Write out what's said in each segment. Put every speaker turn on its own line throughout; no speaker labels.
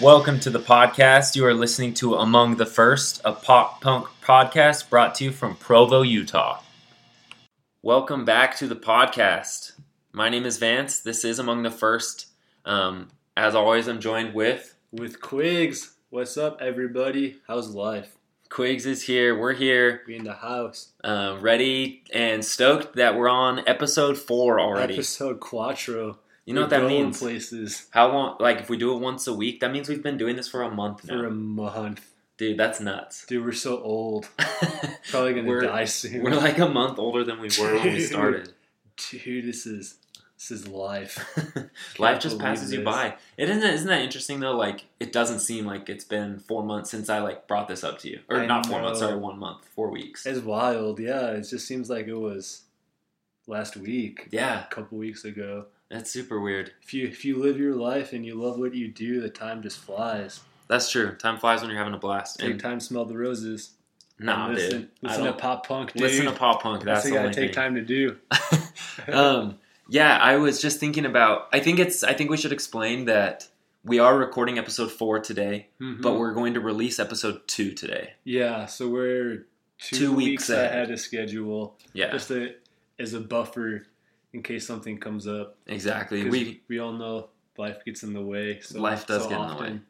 Welcome to the podcast. You are listening to Among the First, a pop punk podcast brought to you from Provo, Utah. Welcome back to the podcast. My name is Vance. This is Among the First. Um, as always, I'm joined with
with Quigs. What's up, everybody? How's life?
Quigs is here. We're here,
We in the house.
uh, ready and stoked that we're on episode four already.
Episode Quattro.
you know
We're
what that
going
means?
Places
How long? Like, if we do it once a week, that means we've been doing this for a month now,
for a month,
dude. That's nuts.
dude. We're so old. Probably gonna
We're-
die soon.
We're like a month older than we were when we started.
dude, this is this is life.
Life just
believe
passes you
this.
by. It isn't. Isn't that interesting though? Like it doesn't seem like it's been four months since I like brought this up to you, or
I
not four months.
know.
Sorry, one month, four weeks.
It's wild. Yeah, it just seems like it was last week.
yeah,
A couple weeks ago.
that's super weird.
If you if you live your life and you love what you do, the time just flies.
That's true. Time flies when you're having a blast.
Take
And
time, smell the roses.
nah,
and listen,
dude. I
listen to
don't-
pop punk, dude.
listen to pop punk. That's
That's
the
what you
only
gotta take
thing.
time to do.
um, yeah, I was just thinking about. I think it's. I think we should explain that we are recording episode four today,
Mm-hmm. Hmm.
but we're going to release episode two today.
yeah, so we're two,
Two weeks
weeks
ahead.
ahead of schedule,
Yeah,
just a, as a buffer in case something comes up.
exactly.
'Cause
We
we all know life gets in the way. So,
Life does
so
get in the
often.
way.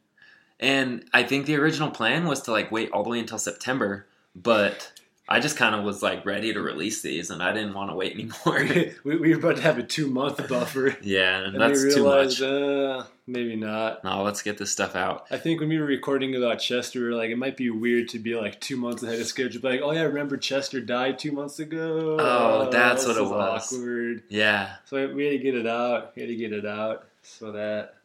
And I think the original plan was to like wait all the way until September, but I just kind of was like ready to release these, and I didn't want to wait anymore.
we, we were about to have a two month buffer,
yeah, and
and
that's
we
too
realized
much.
Uh, maybe not.
No, let's get this stuff out.
I think when we were recording about Chester, we were like, it might be weird to be like two months ahead of schedule. But like, oh yeah, remember Chester died two months ago.
Oh, that's
this
what it
is
was.
Awkward.
Yeah,
So we had to get it out. We had to get it out so that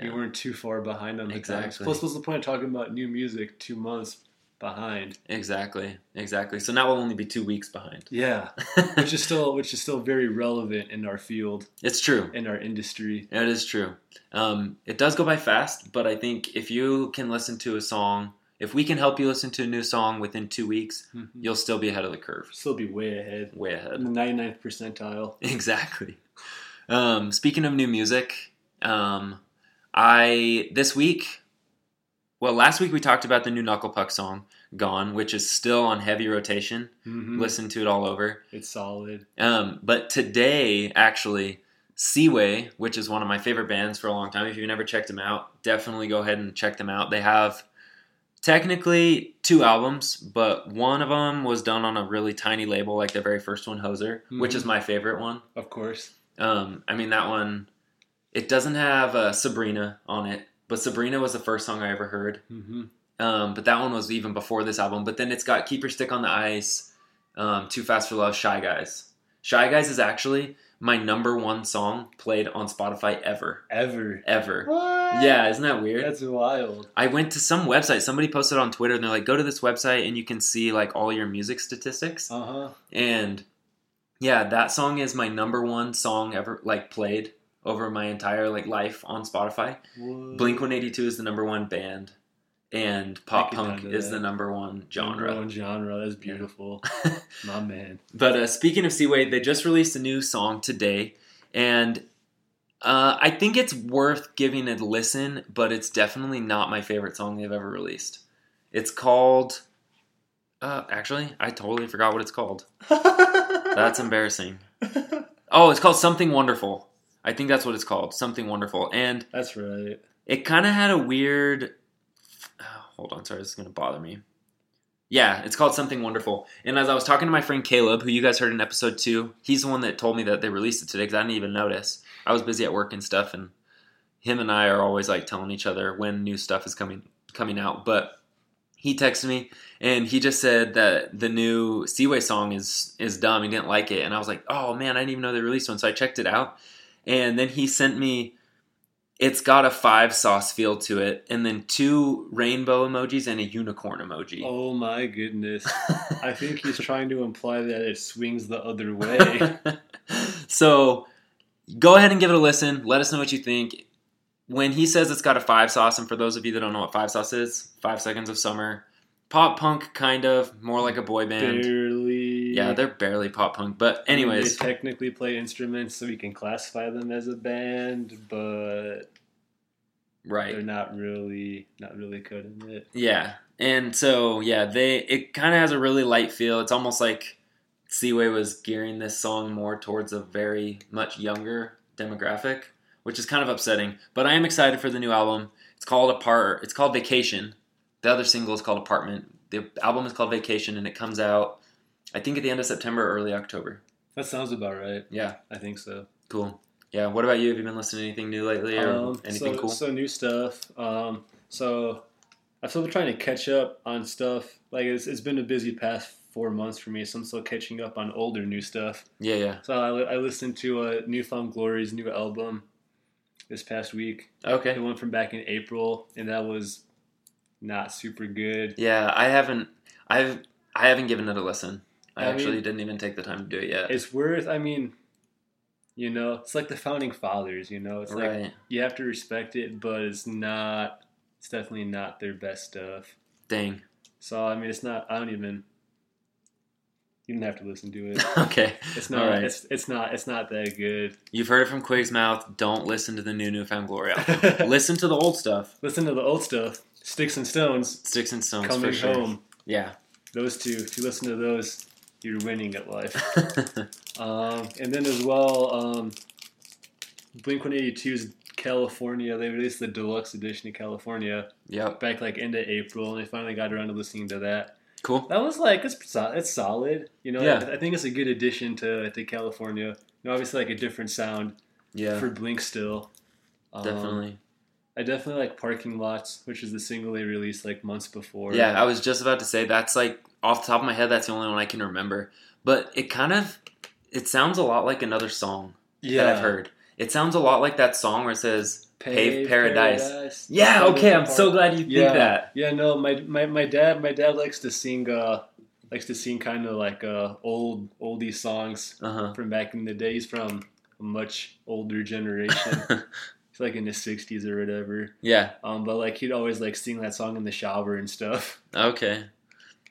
we
Yeah.
weren't too far behind on the times.
Exactly.
Plus, what's the point of talking about new music two months behind?
exactly, exactly. So now we'll only be two weeks behind.
Yeah, which is still which is still very relevant in our field
it's true.
in our industry.
It is true. Um, it does go by fast, but I think if you can listen to a song, if we can help you listen to a new song within two weeks,
You'll
you'll still be ahead of the curve,
still be way ahead
way ahead.
in the 99th percentile.
Exactly. Um, speaking of new music, um, I this week, well, last week we talked about the new Knuckle Puck song "Gone," which is still on heavy rotation.
Mhm.
Listen to it all over.
It's solid.
Um, but today, actually, Seaway, which is one of my favorite bands for a long time. If you've never checked them out, definitely go ahead and check them out. They have technically two albums, but one of them was done on a really tiny label, like their very first one, Hoser, which is
Mhm.
my favorite one.
Of course,
Um, I mean that one. It doesn't have uh, Sabrina on it, but Sabrina was the first song I ever heard.
mm-hmm.
Um, but that one was even before this album. But then it's got Keep Your Stick on the Ice, um, Too Fast for Love, Shy Guys. Shy Guys is actually my number one song played on Spotify ever,
ever.
ever.
What?
Yeah, isn't that weird?
that's wild.
I went to some website. Somebody posted on Twitter, and they're like, "Go to this website, and you can see like all your music statistics."
Uh huh.
And yeah, that song is my number one song ever like played over my entire like life on Spotify. Blink 182 is the number one band and pop
could
punk
down to
is
that.
the number one genre.
Number one genre. That's beautiful. My man.
But uh, speaking of Seaway, they just released a new song today, and uh, I think it's worth giving it a listen. But it's definitely not my favorite song they've ever released. It's called. Uh, actually, I totally forgot what it's called. That's embarrassing. Oh, it's called Something Wonderful. I think that's what it's called. Something Wonderful, and
That's right.
it kind of had a weird. Oh, hold on, sorry, this is gonna bother me. Yeah, it's called Something Wonderful. And as I was talking to my friend Caleb, who you guys heard in episode two, he's the one that told me that they released it today because I didn't even notice. I was busy at work and stuff, and him and I are always like telling each other when new stuff is coming coming out. But he texted me and he just said that the new Seaway song is is dumb. He didn't like it, and I was like, oh man, I didn't even know they released one. So I checked it out, and then he sent me it's got a five sauce feel to it, and then two rainbow emojis and a unicorn emoji.
Oh my goodness. I think he's trying to imply that it swings the other way.
so go ahead and give it a listen. Let us know what you think. When he says it's got a five sauce, and for those of you that don't know what five sauce is, five seconds of summer. Pop punk, kind of, more like a boy band.
Barely.
Yeah, they're barely pop punk. But,
I mean,
anyways,
They technically play instruments, so we can classify them as a band, but
right.
They're not really not really coding it.
Yeah. And so yeah, they it kind of has a really light feel. It's almost like Seaway was gearing this song more towards a very much younger demographic, which is kind of upsetting. But I am excited for the new album. It's called Apart. It's called Vacation. The other single is called Apartment. The album is called Vacation, and it comes out I think at the end of September, or early October.
That sounds about right.
Yeah,
I think so.
cool. Yeah. What about you? Have you been listening to anything new lately, or
Um,
anything
so,
cool?
so new stuff. Um, so I've still been trying to catch up on stuff. Like it's, it's been a busy past four months for me, so I'm still catching up on older new stuff.
yeah, yeah.
So I, li- I listened to uh, Newfound Glory's new album this past week.
Okay.
The one from back in April, and that was not super good.
Yeah, I haven't. I've I haven't given it a listen. I,
I
actually
mean-
didn't even take the time to do it yet.
It's worth. I mean, you know, it's like the founding fathers. You know, it's like
right.
you have to respect it, but it's not. It's definitely not their best stuff.
Dang.
So I mean, it's not. I don't even. You don't have to listen to it.
okay.
It's not.
All right.
It's it's not. It's not that good.
You've heard it from Quig's mouth. Don't listen to the new Newfound Glory album. listen to the old stuff.
listen to the old stuff. Sticks and stones.
Sticks and Stones
Coming
for sure.
home.
Yeah.
Those two. If you listen to those, you're winning at life. Um, and then as well, um, Blink 182's California. They released the deluxe edition of California
yep.
back like end of April, and I finally got around to listening to that.
Cool.
That was like it's so- it's solid. You know,
Yeah.
I, I think it's a good addition to to California. You know, obviously like a different sound
Yeah.
for Blink still. Um,
definitely.
I definitely like Parking Lots, which is the single they released like months before.
Yeah. I was just about to say that's like off the top of my head. That's the only one I can remember. But it kind of it sounds a lot like another song that I've heard. It sounds a lot like that song where it says, Paved Paradise. "Yeah, okay, I'm so glad you think
Yeah.
that."
Yeah, no, my, my, my dad my dad likes to sing uh likes to sing kind of like uh old oldie songs
Uh
from back in the day. He's from a much older generation.
huh.
He's like in his sixties or whatever.
yeah.
Um, but like he'd always like sing that song in the shower and stuff.
Okay.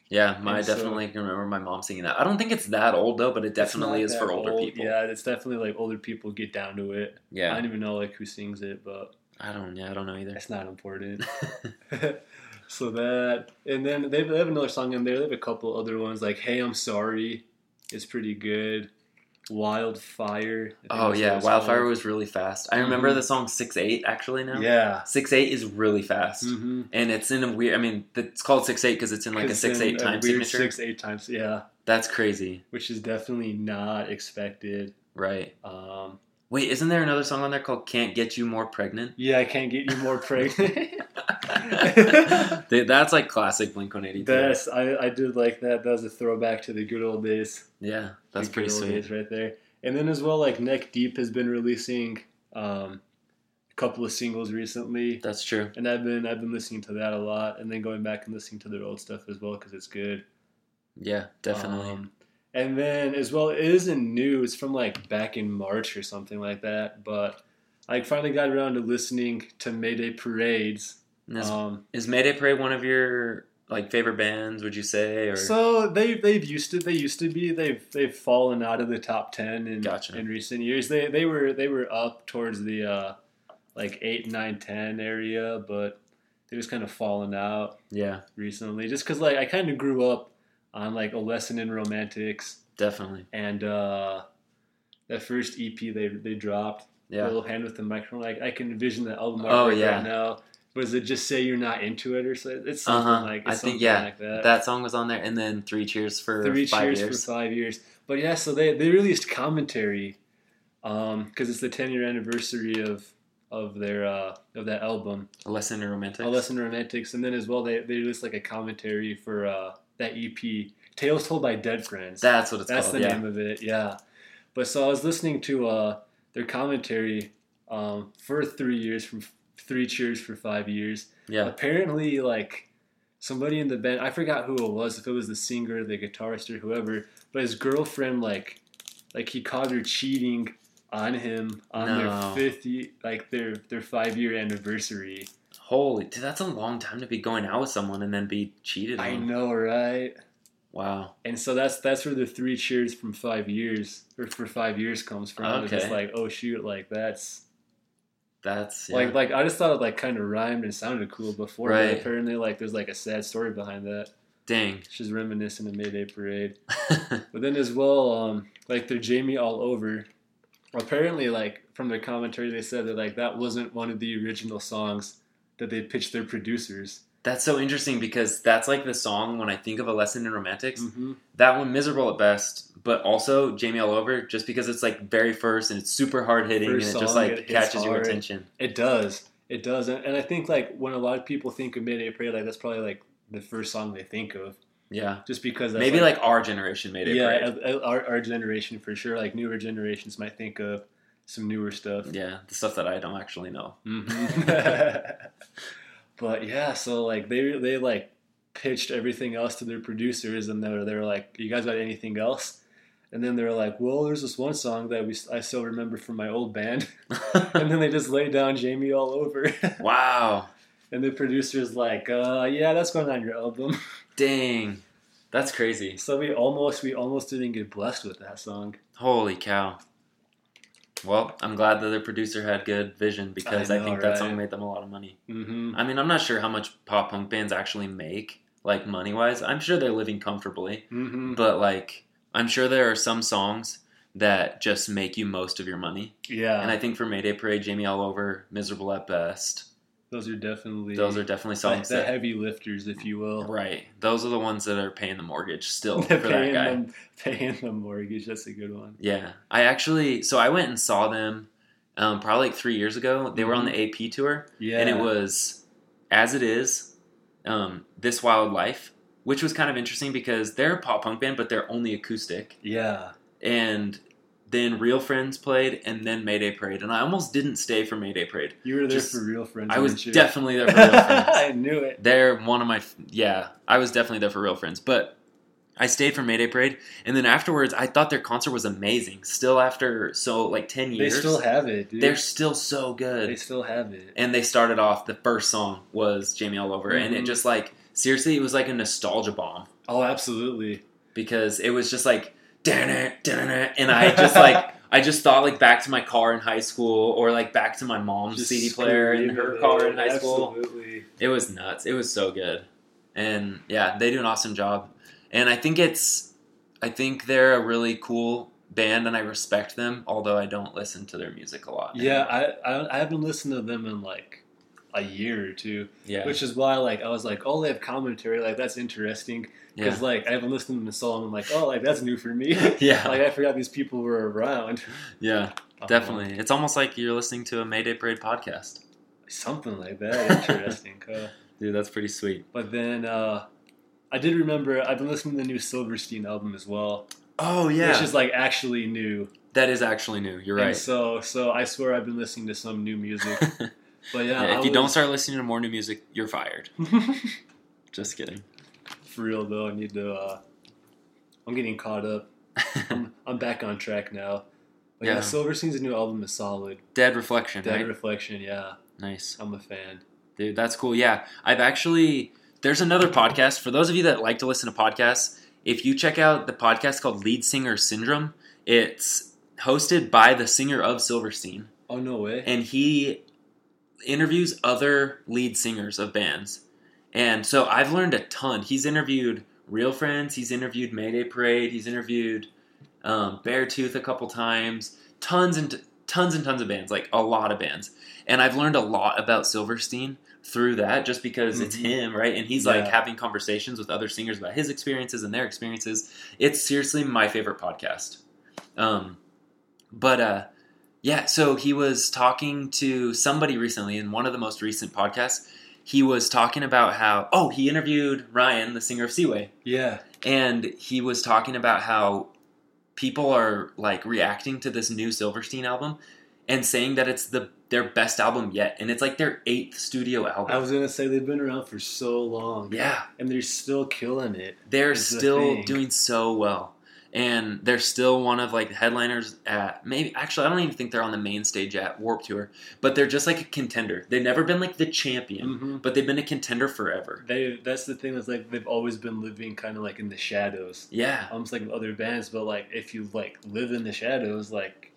Yeah, my, I
And so-
definitely can remember my mom singing that. I don't think it's that old though, but it definitely
It's
is
not
for
that
older
old.
people. Yeah.
Yeah, it's definitely like older people get down to it. I don't even know like who sings it, but
I don't yeah, I don't know either.
that's not important. so that and then they they have another song in there. They have a couple other ones like "Hey, I'm Sorry," it's pretty good. Wildfire. I think
Oh
that's
yeah,
what it's
Wildfire
called.
was really fast. I remember
Mhm.
the song Six Eight actually now.
Yeah.
Six Eight is really fast.
Mm-hmm.
And it's in a weird I mean, it's called Six Eight because it's in like a six eight time signature.
Six eight times. Yeah,
That's crazy.
which is definitely not expected.
Right.
Um,
Wait, isn't there another song on there called Can't Get You More Pregnant?
yeah, I can't get you more pregnant.
They- That's like classic Blink 182.
That's I, I did like that. That was a throwback to the good old days.
yeah, that's
The
pretty
good old
sweet.
days right there. And then as well, like Neck Deep has been releasing um, a couple of singles recently,
That's true.
and I've been I've been listening to that a lot, and then going back and listening to their old stuff as well because it's good.
Yeah, definitely.
Um, and then as well, it isn't new. It's from like back in March or something like that. But I finally got around to listening to Mayday Parades.
And is,
Um,
is Mayday Parade one of your like favorite bands? Would you say? Or
So they they've used to they used to be they've they've fallen out of the top ten in
Gotcha.
in recent years. They they were they were up towards the uh, like eight nine ten area, but they just kind of fallen out
yeah,
recently. Just because like I kind of grew up on like a lesson in romantics
definitely.
and uh, that first EP they they dropped
Yeah,
little hand with the microphone. Like I can envision the album
Oh,
artwork
yeah.
right now. Was it just say you're not into it or so? It's something
Uh-huh.
like it's
I think,
something
yeah,
like that
that song was on there, and then Three Cheers for
uh, three
five
cheers
years.
for five years. But yeah, so they, they released commentary because it's the ten year anniversary of of their uh, of that album,
A Lesson in Romantics.
A Lesson in Romantics, and then as well they, they released like a commentary for uh, that EP, Tales Told by Dead Friends.
That's what it's
That's
called.
the
yeah,
name of it, yeah. But so I was listening to uh, their commentary um, for three years from three cheers for five years
yeah.
apparently like somebody in the band i forgot who it was if it was the singer the guitarist or whoever but his girlfriend like like he caught her cheating on him on
No.
their fifth ye- like their their five year anniversary
Holy, dude, that's a long time to be going out with someone and then be cheated on.
i know right
Wow.
and so that's that's where the three cheers from five years or for five years comes from it's
Okay.
like oh shoot like that's
That's yeah.
Like like I just thought it like kind of rhymed and sounded cool before,
Right.
but apparently like there's like a sad story behind that.
dang.
She's reminiscent of Mayday Parade. But then as well, um, like they're Jamie all over. Apparently, like from their commentary, they said that like that wasn't one of the original songs that they pitched their producers.
that's so interesting because that's like the song when I think of a lesson in romantics.
Mm-hmm.
That one miserable at best, but also Jamie all over just because it's like very first and it's super hard hitting and it
First
just
song,
like
it hits
catches your
hard.
attention.
It does, it does, and, and I think like when a lot of people think of Mayday Parade, like that's probably like the first song they think of,
Yeah.
just because that's,
Maybe like, our generation made it.
yeah,
Yeah.
uh, uh, our, our generation for sure. Like newer generations might think of some newer stuff.
Yeah. The stuff that I don't actually know.
Mm-hmm. but yeah, so like they they like pitched everything else to their producers, and they were, they were like, "You guys got anything else?" And then they were like, "Well, there's this one song that we I still remember from my old band," and then they just laid down Jamie all over,
wow.
and the producer's like, uh, "Yeah, that's going on your album."
Dang. That's crazy.
So we almost we almost didn't get blessed with that song
Holy cow. Well, I'm glad that the producer had good vision because I,
know,
think that
right?
song made them a lot of money.
mm-hmm.
I mean, I'm not sure how much pop punk bands actually make, like money wise. I'm sure they're living comfortably,
Mm-hmm.
but like, I'm sure there are some songs that just make you most of your money.
Yeah,
And I think for Mayday Parade, Jamie All Over, Miserable at Best,
those are definitely
those are definitely
like
songs
the
that.
heavy lifters, if you will.
Right. Those are the ones that are paying the mortgage still for that
paying,
guy.
them, paying the mortgage. That's a good one.
Yeah, I actually so I went and saw them um, probably like three years ago. They were on the AP tour,
Mm-hmm. Yeah.
and it was as it is, um, this wild life, which was kind of interesting because they're a pop punk band, but they're only acoustic.
Yeah.
And then Real Friends played, and then Mayday Parade, and I almost didn't stay for Mayday Parade.
You were there
Just-
for real friends.
I was
weren't you?
definitely there for Real Friends.
I knew it.
They're one of my yeah. I was definitely there for Real Friends, but I stayed for Mayday Parade, and then afterwards, I thought their concert was amazing. Still, after so like ten
They
years,
still have it, dude.
they're still so good.
They still have it.
and they started off the first song was Jamie All Over, and it
Mhm.
just like seriously, it was like a nostalgia bomb
Oh, absolutely.
because it was just like "Dun it, dun it," and I just like. I just thought like back to my car in high school, or like back to my mom's
Just
CD player in
screaming
her
it
car
out.
in high school.
Absolutely.
It was nuts. It was so good. And yeah, they do an awesome job. And I think it's I think they're a really cool band and I respect them, although I don't listen to their music a lot.
Yeah, I, I I haven't listened to them in like a year or two,
Yeah.
which is why like I was like, oh, they have commentary. Like that's interesting
yeah.
because like I haven't listened to them in so long. I'm like, oh, like that's new for me.
yeah.
like I forgot these people were around. Uh-huh.
yeah. Definitely. It's almost like you're listening to a Mayday Parade podcast.
Something like that. Interesting. huh?
Dude, that's pretty sweet.
But then uh, I did remember I've been listening to the new Silverstein album as well,
Oh
which is like actually new.
that is actually new. You're
And
right.
so so I swear I've been listening to some new music. But
Yeah,
yeah, I
if you don't
was-
start listening to more new music, you're fired. Just kidding.
for real though, I need to. Uh, I'm getting caught up. I'm, I'm back on track now. But yeah.
Yeah.
Silverstein's new album is solid.
Dead reflection,
Dead
right?
Reflection, yeah,
nice.
I'm a fan.
Dude, that's cool. Yeah. I've actually, there's another podcast. For those of you that like to listen to podcasts, if you check out the podcast called Lead Singer Syndrome, it's hosted by the singer of Silverstein.
Oh no way!
And he interviews other lead singers of bands. And so I've learned a ton. He's interviewed Real Friends, he's interviewed Mayday Parade, he's interviewed um, Beartooth a couple times, tons and tons and tons of bands, like a lot of bands. And I've learned a lot about Silverstein through that just because it's
Mhm.
him, right? And he's like
Yeah.
having conversations with other singers about his experiences and their experiences. It's seriously my favorite podcast. Um, but uh, yeah, so he was talking to somebody recently in one of the most recent podcasts. He was talking about how, oh, he interviewed Ryan, the singer of Seaway,
yeah,
and he was talking about how people are like reacting to this new Silverstein album and saying that it's the their best album yet, and it's like their eighth studio
I
album.
was gonna say they've been around for so long,
yeah,
and they're still killing it.
they're
is the
still
thing.
doing so well and they're still one of like the headliners at maybe actually i don't even think they're on the main stage at warp tour but they're just like a contender they've never been like the champion
Mm-hmm.
but they've been a contender forever
They that's the thing that's like they've always been living kind of like in the shadows,
yeah
almost like other bands. But like if you like live in the shadows, like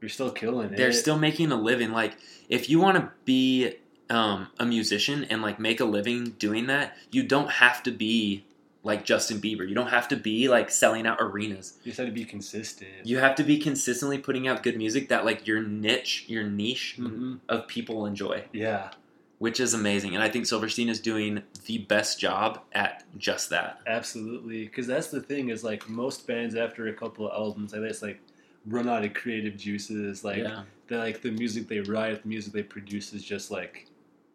You're still killing it.
They're still making a living. Like, if you want to be um, a musician and like make a living doing that, you don't have to be like Justin Bieber. You don't have to be like selling out arenas.
You just had to be consistent.
You have to be consistently putting out good music that like your niche, your niche
Mhm.
of people enjoy,
Yeah,
which is amazing. And I think Silverstein is doing the best job at just that.
absolutely. Because that's the thing is like most bands after a couple of albums, I guess like run out of creative juices. Like
yeah.
the like the music they write, the music they produce is just like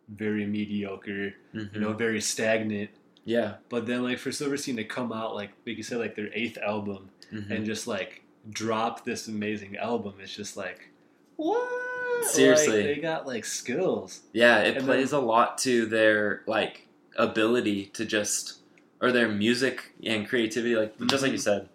very mediocre.
Mhm.
You know, very stagnant.
yeah.
But then like for Silverstein to come out like like you said like their eighth album
Mhm.
and just like drop this amazing album. It's just like what?
Seriously.
Like, they got like skills.
Yeah, it
And
plays a lot to their like ability to just or their music and creativity, like just like you
Mm-hmm.
said.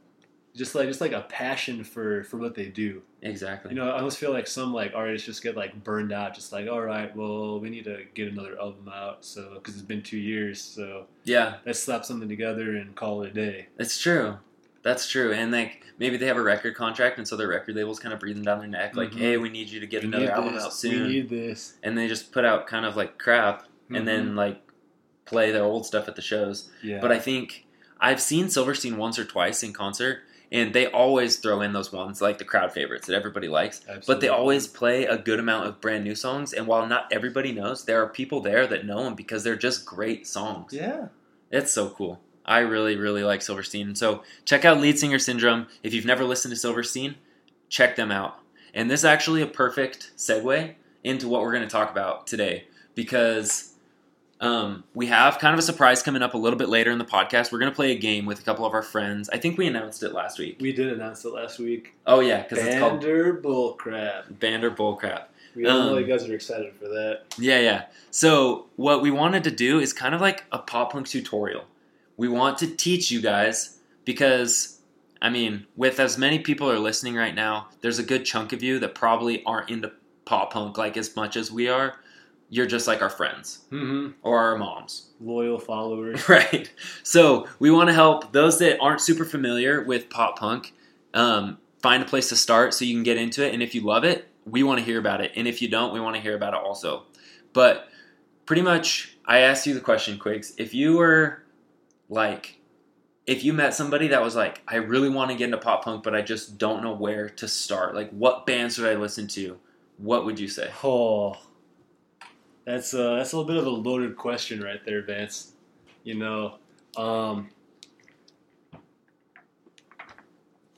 Just like just like a passion for for what they do.
Exactly.
You know, I almost feel like some like artists just get like burned out. Just like, all right, well, we need to get another album out. So because it's been two years, so
yeah,
let's slap something together and call it a day.
it's true. That's true. And like maybe they have a record contract and so their record label's kind of breathing down their neck, like,
Mhm.
hey, we need you to get
We
another
need
album
this.
out
We
soon.
need this.
And they just put out kind of like crap and
Mm-hmm.
then like play their old stuff at the shows.
Mhm. yeah,
Mm-hmm. But I think I've seen Silverstein once or twice in concert and they always throw in those ones like the crowd favorites that everybody likes. But they
Absolutely.
always play a good amount of brand new songs, and while not everybody knows, there are people there that know them because they're just great songs.
yeah.
It's so cool. I really, really like Silverstein. So check out Lead Singer Syndrome. If you've never listened to Silverstein, check them out. And this is actually a perfect segue into what we're going to talk about today because um, we have kind of a surprise coming up a little bit later in the podcast. We're going to play a game with a couple of our friends. I think we announced it last week.
We did announce it last week.
Oh, yeah, because it's called
Bander bullcrap.
Bander Bullcrap.
We all know
Um,
you guys are excited for that.
Yeah, yeah. So what we wanted to do is kind of like a pop punk tutorial. We want to teach you guys because I mean, with as many people are listening right now, there's a good chunk of you that probably aren't into pop punk like as much as we are. You're just like our friends
Mm-hmm.
or our moms.
Loyal followers.
Right. So we want to help those that aren't super familiar with pop punk um, find a place to start so you can get into it. And if you love it, we want to hear about it. And if you don't, we want to hear about it also. But pretty much, I asked you the question, Quiggs. If you were like, if you met somebody that was like, I really want to get into pop punk, but I just don't know where to start, like, what bands should I listen to? What would you say?
Oh, that's a, that's a little bit of a loaded question right there, Vance. You know, um,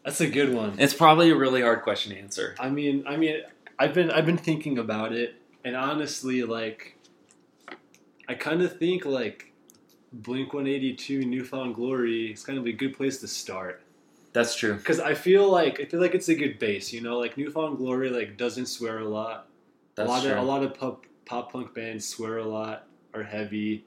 that's a good one.
It's probably a really hard question to answer.
I mean, I mean, I've been I've been thinking about it, and honestly, like, I kind of think like Blink One Eighty Two, Newfound Glory is kind of a good place to start
That's true.
because I feel like I feel like it's a good base. You know, like Newfound Glory like doesn't swear a lot a
That's
lot of a
true.
lot of pop pop punk bands swear a lot, are heavy,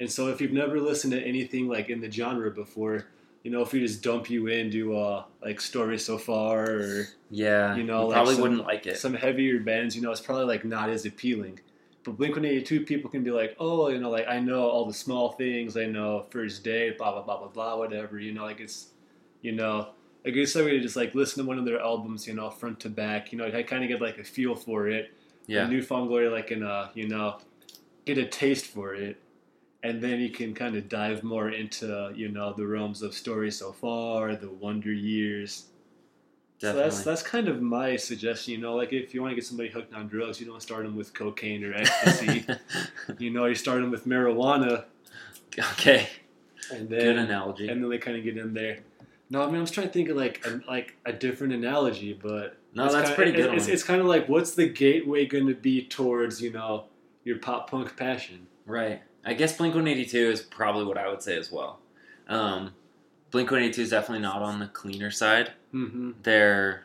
and so if you've never listened to anything like in the genre before, you know if we just dump you into uh like story so far or
Yeah.
You know, like
probably
some-
wouldn't like it.
some heavier bands, you know it's probably like not as appealing. But Blink One Eighty Two people can be like, oh, you know, like I know all the small things, I know first day, blah blah blah blah blah, whatever, you know, like it's, you know. Like it's so way to just like listen to one of their albums, you know, front to back. You know, I kind of get like a feel for it,
Yeah.
newfound glory like in uh you know get a taste for it and then you can kind of dive more into you know the realms of story so far the wonder years so that's that's kind of my suggestion you know like if you want to get somebody hooked on drugs you don't start them with cocaine or ecstasy you know you start them with marijuana
okay.
and
Good
then
analogy.
and then they kind of get in there no i mean i'm just trying to think of like a, like a different analogy but
no,
It's
that's
kinda-
pretty good.
It's, it's,
one.
it's kind of like, what's the gateway going to be towards, you know, your pop punk passion?
right. I guess Blink 182 is probably what I would say as well. Um, Blink 182 is definitely not on the cleaner side.
Mm-hmm.
They're,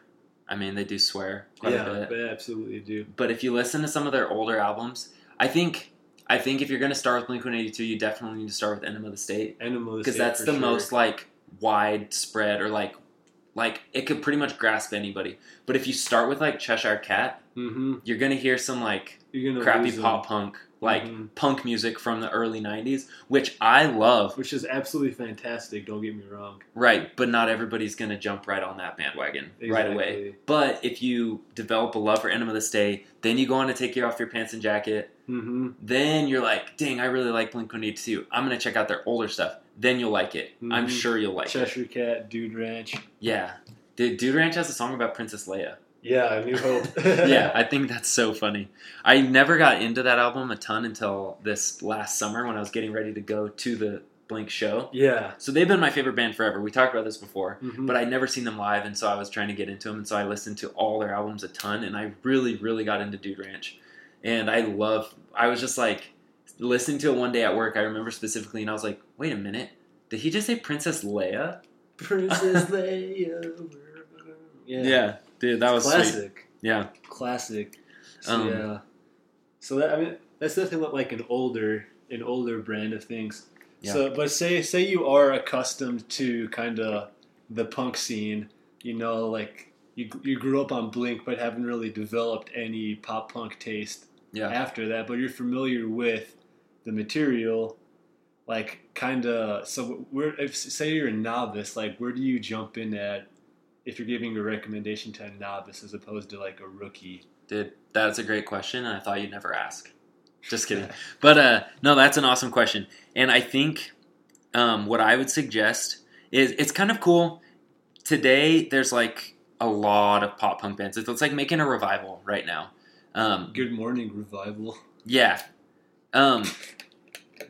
I mean, they do swear quite
Yeah,
a bit.
they absolutely do.
but if you listen to some of their older albums, I think I think if you're going to start with Blink 182, you definitely need to start with Enema of the State
Animal
because that's the most like widespread or like like it could pretty much grasp anybody. But if you start with like Cheshire Cat,
Mm-hmm.
you're gonna hear some like
You're gonna
crappy
lose them.
pop punk like
Mhm.
punk music from the early 90s, which I love,
which is absolutely fantastic. Don't get me wrong.
right? But not everybody's going to jump right on that bandwagon right away.
Exactly.
But if you develop a love for Enema of the Stay, then you go on to take your off your pants and jacket,
Mm-hmm.
then you're like, dang, I really like Blink 182. I'm going to check out their older stuff. Then you'll like it. I'm
Mhm.
sure you'll like it.
Cheshire Cat, Dude Ranch.
Yeah. Dude, Dude Ranch has a song about Princess Leia.
Yeah, New Hope.
yeah, I think that's so funny. I never got into that album a ton until this last summer when I was getting ready to go to the Blink show.
Yeah.
So they've been my favorite band forever. We talked about this before,
Mhm.
but I'd never seen them live, and so I was trying to get into them, and so I listened to all their albums a ton, and I really, really got into Dude Ranch. And I love, I was just like listening to it one day at work, I remember specifically, and I was like, wait a minute, did he just say Princess Leia?
Princess Leia. Yeah.
dude, that was
classic.
sweet. Yeah,
Classic. So,
Um,
yeah. So that I mean that's definitely like an older an older brand of things.
Yeah.
So but say say you are accustomed to kind of the punk scene, you know, like you, you grew up on Blink but haven't really developed any pop punk taste
yeah,
after that, but you're familiar with the material, like kind of. So, where if say you're a novice, like where do you jump in at if you're giving a recommendation to a novice as opposed to like a rookie?
dude, that's a great question, and I thought you'd never ask. Just kidding. But uh, no, that's an awesome question, and I think um, what I would suggest is it's kind of cool. Today, there's like a lot of pop punk bands. It's, it's like making a revival right now. Um,
Good morning revival.
yeah. Um,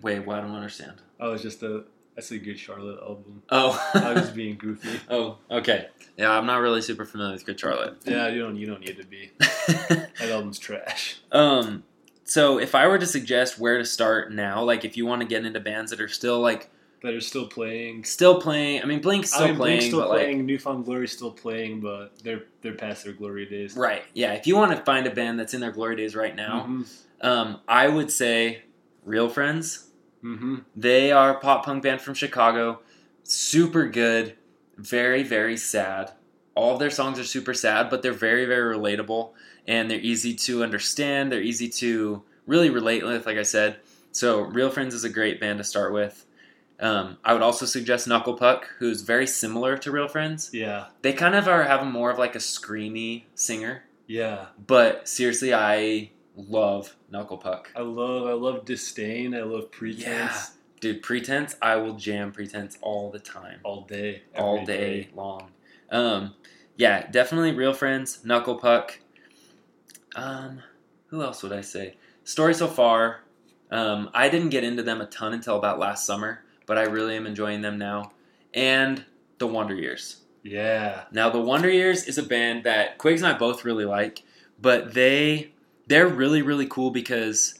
wait, well, I don't understand.
I was just a that's a good Charlotte album.
Oh,
I was being goofy.
oh, okay. Yeah, I'm not really super familiar with Good Charlotte.
Yeah, you don't you don't need to be. That album's trash.
Um, so if I were to suggest where to start now, like if you want to get into bands that are still like
That are still playing.
still playing, I mean Blink's still
I mean,
playing,
Blink's still
but
playing. Newfound Glory's still playing, but they're they're past their glory days.
like right, yeah. If you want to find a band that's in their glory days right now,
hmm
um, I would say Real Friends.
hmm
They are a pop punk band from Chicago, super good, very very sad. All of their songs are super sad, but they're very very relatable and they're easy to understand. They're easy to really relate with, like I said. So Real Friends is a great band to start with. Um, I would also suggest Knuckle Puck, who's very similar to Real Friends.
Yeah.
They kind of are having more of like a screamy singer,
Yeah.
but seriously, I love Knuckle Puck.
I love I love disdain. I love pretense
Yeah. Dude, Pretense, I will jam Pretense all the time,
all day,
all
every
day long. Um, yeah, definitely Real Friends, Knuckle Puck. Um, who else would I say? Story so far. Um, I didn't get into them a ton until about last summer, but I really am enjoying them now. And the Wonder Years.
Yeah.
Now, the Wonder Years is a band that Quigs and I both really like, but they they're really really cool because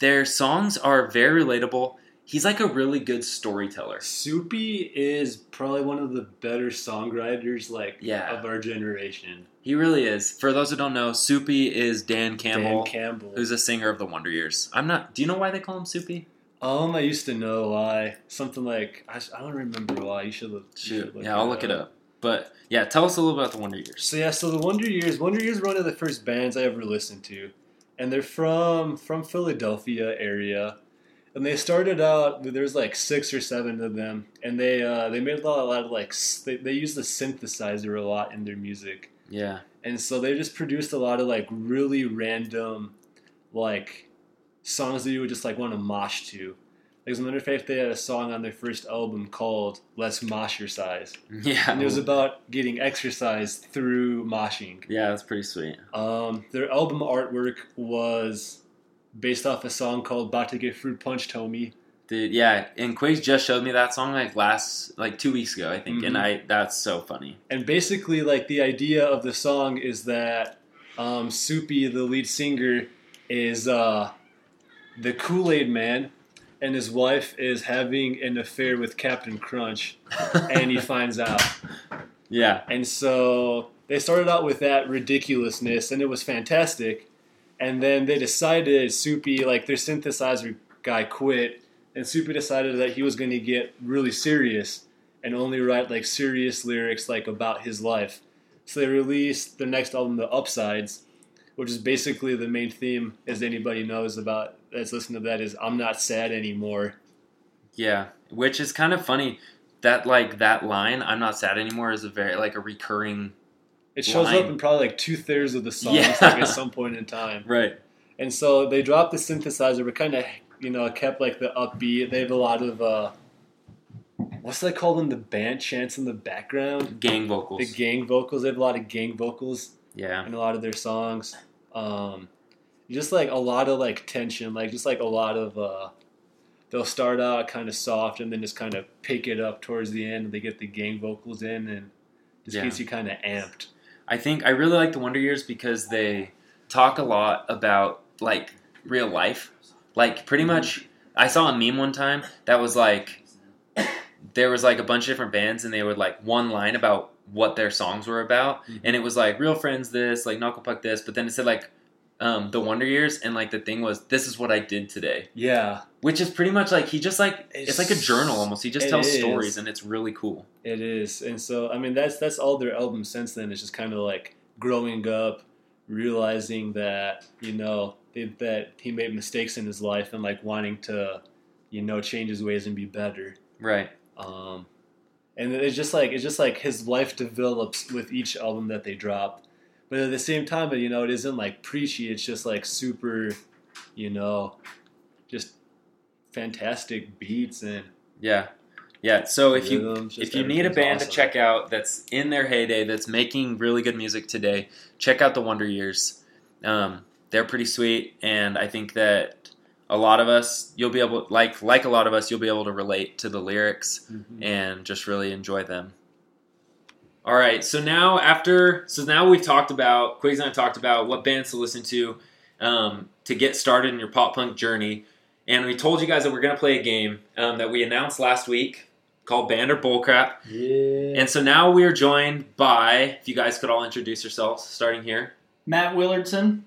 their songs are very relatable. He's like a really good storyteller.
Soupy is probably one of the better songwriters like
Yeah.
of our generation.
He really is. For those who don't know, Soupy is Dan Campbell,
Dan Campbell.
who's a singer of the Wonder Years. I'm not. Do you know why they call him Soupy?
um, I used to know why something like I, I don't remember why. You should look. you
Shoot.
should
Yeah, I'll look it up. But yeah, tell us a little about the Wonder Years.
So yeah, so the Wonder Years. Wonder Years were one of the first bands I ever listened to, and they're from from Philadelphia area, and they started out. There's like six or seven of them, and they uh, they made a lot, a lot of like s- they they used the synthesizer a lot in their music,
Yeah.
and so they just produced a lot of like really random, like songs that you would just like want to mosh to. Like, as a matter of fact, they had a song on their first album called "Let's Mosh Your Size."
Yeah.
And it was about getting exercise through moshing.
yeah, that's pretty sweet.
Um, their album artwork was based off a song called "About to Get Fruit Punch Tommy."
Dude, yeah, and Quays just showed me that song like last like two weeks ago, I think, and
Mhm.
I that's so funny.
And basically, like the idea of the song is that um, Soupy, the lead singer, is uh, the Kool Aid Man, and his wife is having an affair with Captain Crunch, and he finds out.
yeah,
And so they started out with that ridiculousness, and it was fantastic. And then they decided Soupy, like their synthesizer guy, quit, and Soupy decided that he was going to get really serious and only write like serious lyrics, like about his life. So they released their next album, The Upsides, which is basically the main theme, as anybody knows about that's listening to that, is I'm not sad anymore.
Yeah, which is kind of funny that like that line "I'm not sad anymore" is a very like a recurring
It shows
Line.
up in probably like two thirds of the songs
Yeah.
like at some point in time.
right.
And so they dropped the synthesizer, but kind of you know kept like the upbeat. They have a lot of uh, what's that called in the band chants in the background.
Gang vocals.
The gang vocals. They have a lot of gang vocals
yeah,
in a lot of their songs. Um, just like a lot of like tension, like just like a lot of uh, they'll start out kind of soft and then just kind of pick it up towards the end. And they get the gang vocals in and just
Yeah.
gets you kind of amped.
I think I really like the Wonder Years because they talk a lot about like real life. Like pretty much, I saw a meme one time that was like there was like a bunch of different bands and they would like one line about what their songs were about,
Mhm.
and it was like real friends this, like knuckle puck this, but then it said like um, the Wonder Years, and like the thing was this is what I did today.
Yeah,
which is pretty much like he just like it's,
It's-
like a journal almost. He just
it
tells
is.
stories and it's really cool.
it is. And so I mean that's that's all their albums since then. It's just kind of like growing up, realizing that you know they, that he made mistakes in his life and like wanting to you know change his ways and be better.
Right.
um, and it's just like it's just like his life develops with each album that they drop but at the same time you know it isn't like preachy it's just like super you know just fantastic beats and
Yeah. Yeah. So if you
rhythms, just
if you need a
everything's
band
awesome.
to check out that's in their heyday that's making really good music today, check out the Wonder Years. Um, they're pretty sweet, and I think that a lot of us you'll be able like like a lot of us you'll be able to relate to the lyrics
Mhm.
and just really enjoy them. All right, so now after, so now we've talked about, Quigs and I talked about what bands to listen to um, to get started in your pop punk journey. And we told you guys that we're going to play a game um, that we announced last week called Band or Bullcrap.
yeah
And so now we are joined by, if you guys could all introduce yourselves, starting here,
Matt Willardson.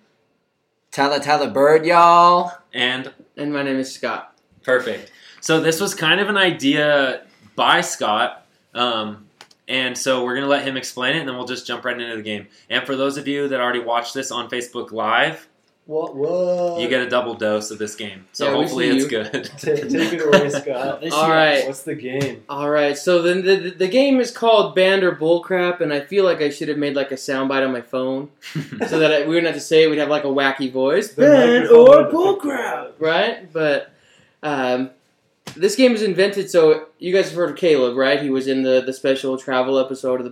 Tala Tala Bird, y'all.
and
And my name is Scott.
Perfect. So this was kind of an idea by Scott, um, and so we're gonna let him explain it, and then we'll just jump right into the game. And for those of you that already watched this on Facebook Live,
what what
you get a double dose of this game. So
Yeah, we
hopefully
see
it's
you.
good.
take, take it away scott
This
All
year.
right.
what's the game
All right, so then the, the game is called Band or Bullcrap, and I feel like I should have made like a soundbite on my phone so that I, we wouldn't have to say it. We'd have like a wacky voice,
The
Band
microphone
or
with the-
Bullcrap, right? But um, this game is invented. So you guys have heard of Caleb, right? He was in the the special travel episode of the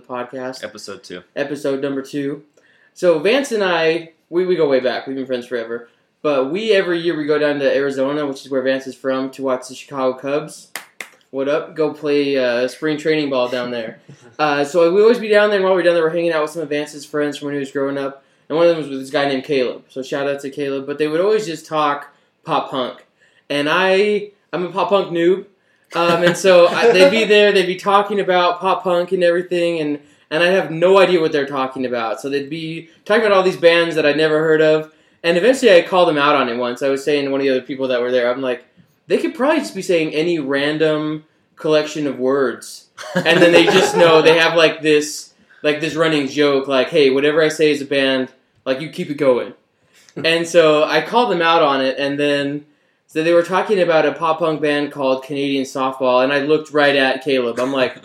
podcast,
Episode two.
episode number two. So Vance and I, we, we go way back. We've been friends forever. But we every year we go down to Arizona, which is where Vance is from, to watch the Chicago Cubs. What up? Go play uh, spring training ball down there. Uh, so we always be down there. And while we're down there, we're hanging out with some of Vance's friends from when he was growing up. And one of them was with this guy named Caleb. So shout out to Caleb. But they would always just talk pop punk. And I, I'm a pop punk noob. Um, and so I, they'd be there. They'd be talking about pop punk and everything. And and I have no idea what they're talking about. So they'd be talking about all these bands that I'd never heard of. And eventually I called them out on it once. I was saying to one of the other people that were there, I'm like, they could probably just be saying any random collection of words. And then they just know they have like this like this running joke, like, hey, whatever I say is a band, like you keep it going. And so I called them out on it and then so they were talking about a pop punk band called Canadian Softball, and I looked right at Caleb. I'm like,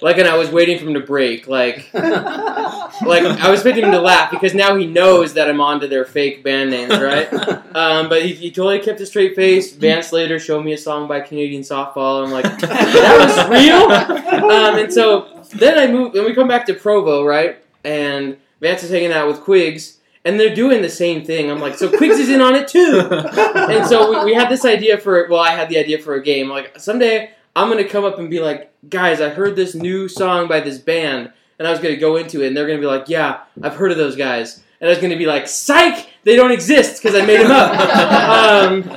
like, and I was waiting for him to break. Like, like I was expecting him to laugh because now he knows that I'm onto their fake band names, right? Um, but he, he totally kept a straight face. Vance later showed me a song by Canadian Softball. I'm like, that was real. Um, and so then I move, and we come back to Provo, right? And Vance is hanging out with Quigs, and they're doing the same thing. I'm like, so Quigs is in on it too. And so we, we had this idea for, well, I had the idea for a game. Like, someday I'm going to come up and be like, guys, I heard this new song by this band. And I was going to go into it, and they're going to be like, yeah, I've heard of those guys. And I was going to be like, psych, they don't exist because I made them up.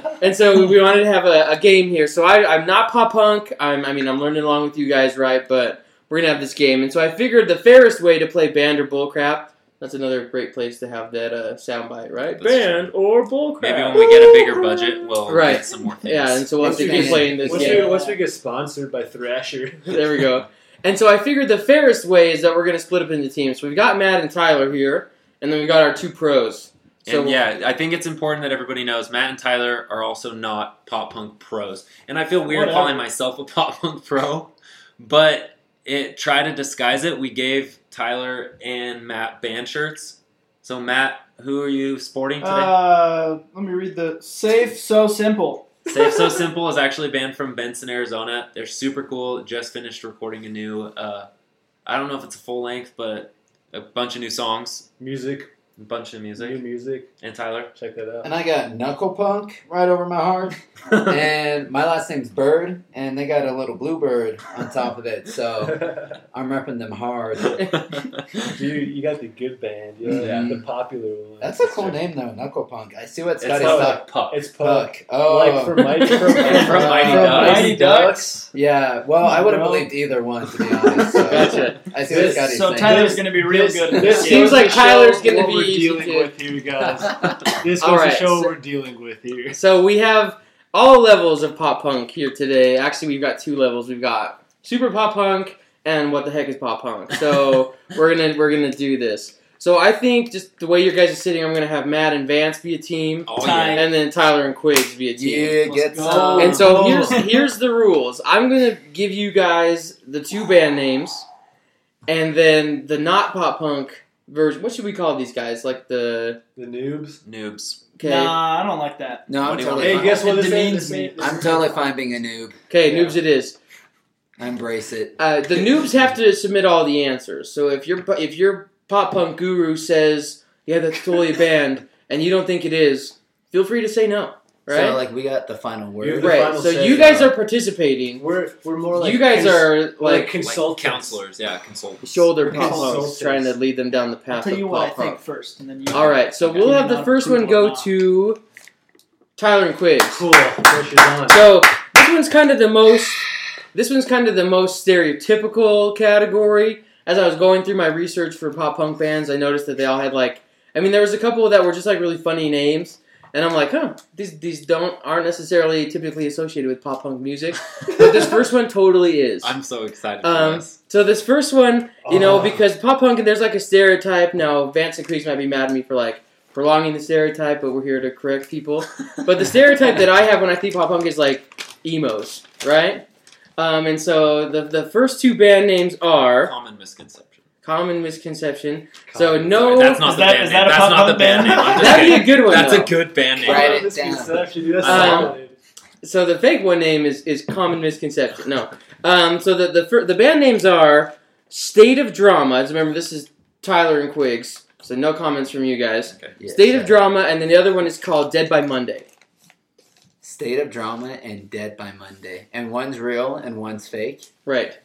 um, and so we wanted to have a, a game here. So I, I'm not pop punk. I'm, I mean, I'm learning along with you guys, right? But we're gonna have this game. And so I figured the fairest way to play band or bullcrap. That's another great place to have that uh, soundbite, right?
That's
band or bullcrap.
Maybe when we get a bigger budget, we'll
Right.
get some more things.
yeah, and so we'll have to keep
Introducing-
playing this
once,
game.
we, once we get sponsored by thrasher
there we go. And so I figured the fairest way is that we're going to split up into teams. So we've got Matt and Tyler here, and then we got our two pros. So-
and yeah, I think it's important that everybody knows Matt and Tyler are also not pop punk pros. And I feel weird
Whatever.
calling myself a pop punk pro, but it try to disguise it. We gave Tyler and Matt band shirts. So Matt, who are you sporting today?
Uh, let me read the safe, so simple.
Safe So Simple is actually banned from Benson, Arizona. They're super cool. Just finished recording a new, uh, I don't know if it's a full length, but a bunch of new songs,
Music,
a bunch of
new
music.
music.
And Tyler.
Check that out.
And I got knuckle punk right over my heart, and my last name's Bird, and they got a little bluebird on top of it, so I'm repping them hard.
Dude, you got the good band. Yeah,
Yeah.
the popular one.
That's a cool name though, knuckle punk. I see what
It's
Scotty
not
stuck.
like Puck.
It's Puck.
Puck. Oh,
Like for Mighty, for Mighty,
From Mighty
From
Ducks.
Mighty Ducks.
yeah. Well, I would have
Bro.
believed either one to be honest. So
Gotcha.
I see what Scotty's
so
saying.
Tyler's going to be real
This-
good.
this
game.
Seems
goes
like
to show
Tyler's gonna
what
be
we're
easy
dealing
to-
with here, guys. This
All
goes
right,
to show
so-
what we're dealing with here.
So we have all levels of pop punk here today. Actually, we've got two levels. We've got super pop punk and what the heck is pop punk. So we're gonna we're gonna do this. So I think just the way you guys are sitting, I'm gonna have Matt and Vance be a team,
Oh, yeah.
and then Tyler and Quigs be a team.
Yeah,
Let's
get
go.
some.
And so
Oh.
here's here's the rules. I'm gonna give you guys the two band names, and then the not pop punk version. What should we call these guys? Like the
The noobs.
Noobs.
okay,
Nah, I don't like that.
no,
What
I'm
do you
totally.
want?
Hey,
fine.
guess what
It
this
demeans
is? This is-
I'm totally fine being a noob.
okay,
Yeah.
noobs. It is.
I embrace it.
Uh, the noobs have to submit all the answers. So if your if your pop punk guru says, "Yeah, that's totally a band," and you don't think it is, feel free to say no. Right?
So like we got the final
You're
word.
the
right.
final
So
say,
you guys
uh,
are participating.
We're we're more like
you guys
cons-
are like,
Consult
consultants.
counselors. Yeah, consultants.
shoulder
We're
pop punks
consultants.
trying to lead them down the
I'll
path
tell you
of
what I
pop
think
punk.
first, and then you.
All right. So
Okay.
we'll
Do
have the
not
first
approve
one
or
go
not.
to Tyler and Quiz.
Cool. Pressure's on.
So this one's kind of the most. This one's kind of the most stereotypical category. As I was going through my research for pop punk bands, I noticed that they all had like. I mean, there was a couple that were just like really funny names, and I'm like, huh, these these don't aren't necessarily typically associated with pop punk music, but this first one totally is.
I'm so excited for
Um,
this.
so this first one, you know,
Ah.
Oh.
because pop punk, there's like a stereotype. Now, Vance and Creeks might be mad at me for like prolonging the stereotype, but we're here to correct people. But the stereotype that I have when I think pop punk is like emos, right? Um, and so the the first two band names are
Common misconception.
common misconception. So
Common.
no,
Sorry, that's not
Is
the
that-
band
is
name.
that a
That's not
pop-punk
the band
band?
name. I'm just
that'd be
kidding.
a good one.
That's
though.
a good band name.
Write it
This
down.
misconception, dude, that's
Um,
solid.
So the fake one name is is common misconception. No, um, so the the fir- the band names are State of Drama. Just Remember, this is Tyler and Quigs. So no comments from you guys.
Yeah,
State
so-
of Drama, and then the other one is called Dead by Monday.
State of drama and dead by Monday. And one's real and one's fake.
Right.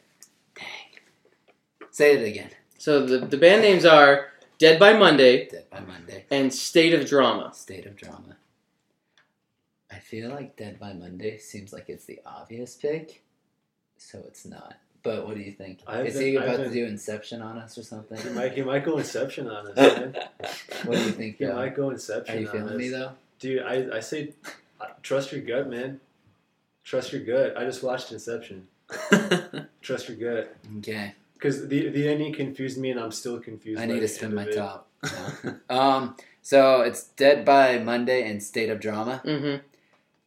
Say it again.
So the the band names are Dead by Monday
Dead by Monday.
and State of Drama.
State of drama. I feel like dead by Monday seems like it's the obvious pick, so it's not. But what do you think?
I've
Is
been-
he about
I've
to
been-
do Inception on us or something?
You might, you might go Inception on us, man.
What do you think?
You
Bill?
might go
Are
Inception
you
on
feeling me
us.
though?
Dude, I, I say uh, trust your gut, man. Trust your gut. I just watched Inception. Trust your gut.
Okay,
Because the, the ending confused me and I'm still confused.
I
by
need
the
to spin
end
my
of it.
top. Um, so it's dead by Monday and State of Drama.
Mm-hmm.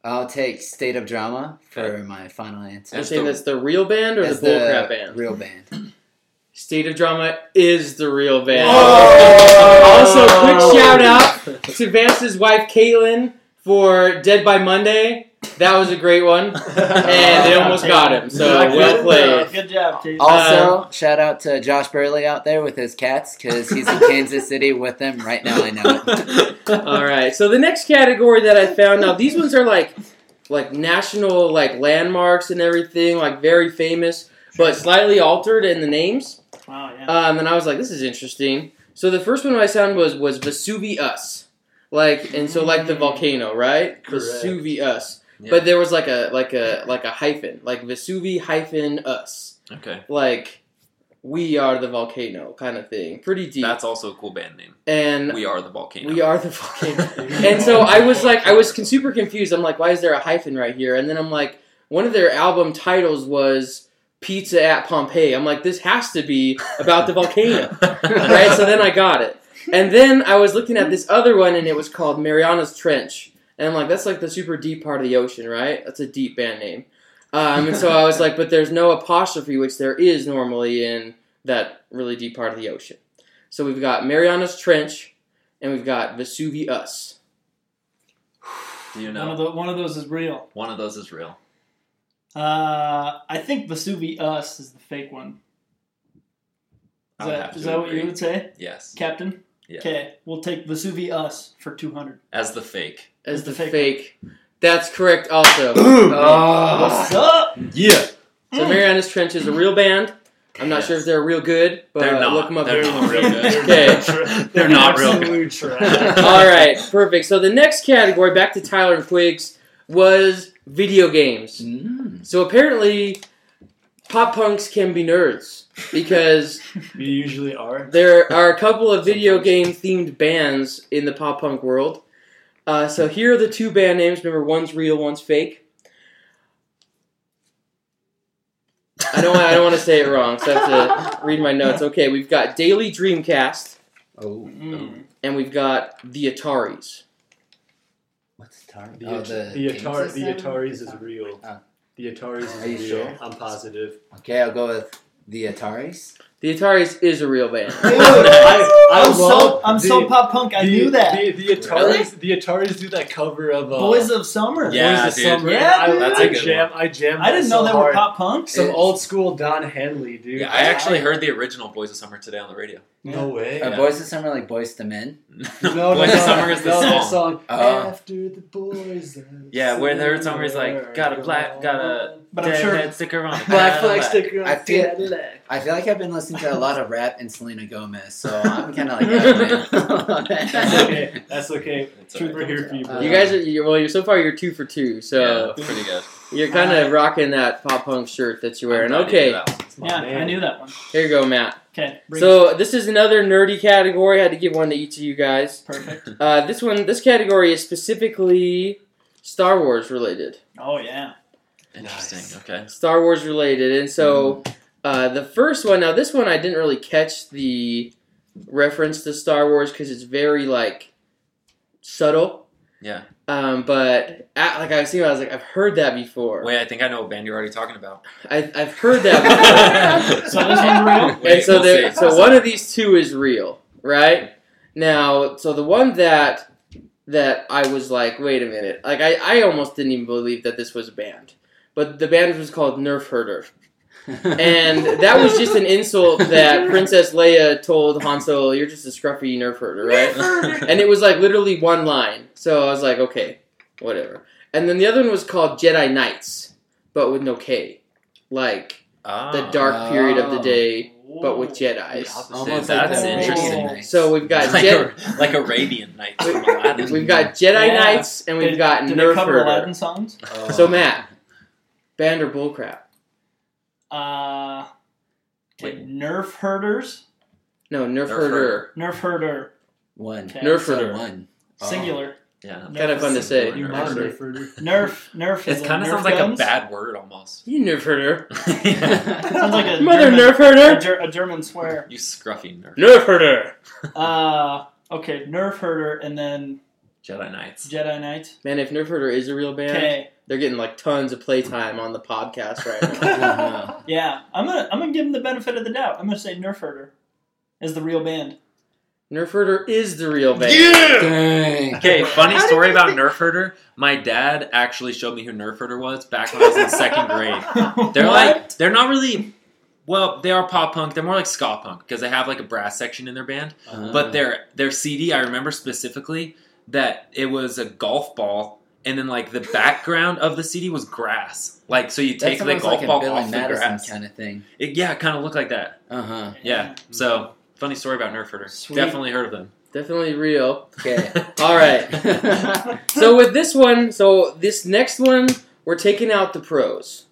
I'll take State of Drama for my final answer.
You're
As
saying
the-
that's the real band or
As
the bullcrap band?
Real band.
State of Drama is the real band.
Oh!
Also,
Oh!
quick shout out to Vance's wife Caitlin for Dead by Monday. That was a great one. and they almost got him. So
Exactly.
well played.
Good job, Tate.
Oh.
Also, shout out to Josh Burley out there with his cats because he's in Kansas City with them right now. I know. it.
All right. So the next category that I found now these ones are like like national like landmarks and everything, like very famous, but slightly altered in the names.
Wow, yeah.
Um, and I was like, this is interesting. So the first one I found was was Vesuvius, like and so like the volcano, right?
Correct.
Vesuvius.
Yeah.
But there was like a like a like a hyphen, like Vesuvi hyphen us,
okay,
like we are the volcano kind of thing. Pretty deep.
that's also a cool band name.
and
We are the volcano.
we are the volcano. And so I was like, I was con- super confused. I'm like, why is there a hyphen right here? And then I'm like, one of their album titles was Pizza at Pompeii. I'm like, this has to be about the volcano. right? So then I got it. And then I was looking at this other one, and it was called Mariana's Trench. And I'm like, that's like the super deep part of the ocean, right? That's a deep band name. Um, and so I was like, but there's no apostrophe, which there is normally in that really deep part of the ocean. So we've got Mariana's Trench, and we've got Vesuvius.
Do you
One, of the,
know?
one of those is real.
One of those is real.
Uh, I think Vesuvius is the fake one.
I
Is
would
that-
have to
is that what
agree.
you would say,
Yes.
Captain?
Yeah.
Okay, we'll take Vesuvius for 200.
As the fake.
As
The
the
fake
fake. That's correct, also.
Boom!
Oh,
What's up?
yeah.
So Mariana's Trench is a real band. I'm not sure if they're real good, but
They're not.
Uh, look them up.
They're not real good.
Okay.
They're not real good.
Absolute trash.
All right, perfect. So the next category, back to Tyler and Quigs, was video games.
Hmm.
Mm.
So apparently, pop punks can be nerds because
We usually are.
there are a couple of video game
Sometimes.
themed bands in the pop punk world. Uh, so here are the two band names. Remember, one's real, one's fake. I don't. I don't want to say it wrong, so I have to read my notes. Okay, we've got Daily Dreamcast,
Oh,
Mm.
and we've got the Ataris.
what's Atari?
The,
oh, the,
Atari,
game
the
system?
Ataris is real.
Oh.
The Ataris is
Are you
real.
sure?
I'm positive.
Okay, I'll go with the Ataris.
The Ataris is a real band.
Dude,
I- I
I'm so
love
I'm so
the-
pop punk. I
the,
knew that.
The, the Ataris, the Ataris do that cover of uh,
Boys of Summer.
Yeah.
Boys of
dude.
Summer.
Yeah,
I,
dude.
That's a
I
good
jam. I jam.
I didn't
so
know they were
hard.
pop punks.
Some
It's-
old school Don Henley, dude.
Yeah, I actually heard the original Boys of Summer today on the radio.
No way.
Are Boys of Summer like Boys to Men?
No,
Boys
no,
of Summer is the
no,
song.
that song.
Oh.
After the boys. of
Yeah, where their song
summer
is like, "Got a black- got a-
but I'm sure.
sticker on.
black flag sticker on
I feel-
Cadillac.
I feel like I've been listening to a lot of rap and Selena Gomez, so I'm kind of like. out, man.
That's okay. That's okay. Truth, we're here for you.
Uh,
bro.
You guys are you're, well. You're so far you're two for two, so
Yeah, pretty good.
you're kind of rocking that pop punk shirt that you're wearing.
I'm glad you
Okay,
did that one.
It's my
Yeah,
man.
I knew that one.
here you go, Matt.
Okay, bring it.
So this is another nerdy category. I had to give one to each of you guys.
perfect.
Uh, this one, this category is specifically Star Wars related.
Oh yeah.
Interesting.
Nice.
Okay.
Star Wars related, and so
Hmm.
uh, the first one. Now this one I didn't really catch the reference to Star Wars because it's very like subtle.
Yeah.
Um, but at, like I was thinking, I was like, I've heard that before.
Wait, I think I know what band you're already talking about.
I, I've heard that
So this one's real.
before. and so
Wait, we'll
there,
see.
so one of these two is real, right? Now, so the one that that I was like, wait a minute, like I, I almost didn't even believe that this was a band, but the band was called Nerf Herder, and that was just an insult that Princess Leia told Han Solo, "You're just a scruffy Nerf herder, right?" And it was like literally one line, so I was like, okay, whatever. And then the other one was called Jedi Knights, but with no K, like
Ah.
the dark period of the
Oh.
day, but with Jedi's.
Yeah.
Almost
That's
like that.
interesting.
Nice.
So we've got
like,
Jed-
a, like Arabian Nights.
We-
from Aladdin.
we've got Jedi
Yeah.
Knights and we've
Did-
got
did they
Nerf
cover
herder.
Aladdin songs?
Oh.
So Matt, band or bullcrap?
Uh, okay, Nerf herders.
No, Nerf,
Nerf
herder.
herder.
Nerf herder.
one
Okay.
Nerf
So
herder.
one. Oh.
Singular.
Yeah.
Kind of fun to say.
Nerf
You
herder.
murdered for-
Nerf. Nerf.
It kind of sounds like a bad word almost.
You Nerf herder.
Sounds like a
Mother
German,
Nerf herder.
a, ger- a German swear.
you scruffy nerd.
Nerf herder.
Uh, okay, Nerf herder and then
Jedi Knights.
Jedi Knight.
Man, if Nerf herder is a real band,
Okay,
they're getting like tons of playtime on the podcast right now.
Uh-huh.
yeah, I'm gonna I'm gonna give him the benefit of the doubt. I'm gonna say Nerf herder is the real band.
Nerf herder is the real band.
Dang.
Okay, funny
How did
story
you
about
think-
Nerf herder. My dad actually showed me who Nerf herder was back when I was in second grade. They're
What?
like they're not really well, they are pop punk. They're more like ska punk because they have like a brass section in their band.
Uh-huh. Oh.
But their their CD, I remember specifically that it was a golf ball, and then like the background of the CD was grass. Like so, you
That
take the
sounds
golf
like
ball
a Billy
off the
Madison
grass.
kind of thing.
It, yeah, it kind of looked like that.
Uh
Uh-huh.
huh.
Yeah. So funny story about Nerf herder.
Sweet.
Definitely heard of them.
Definitely real.
Okay.
All right. So with this one, so this next one, we're taking out the pros.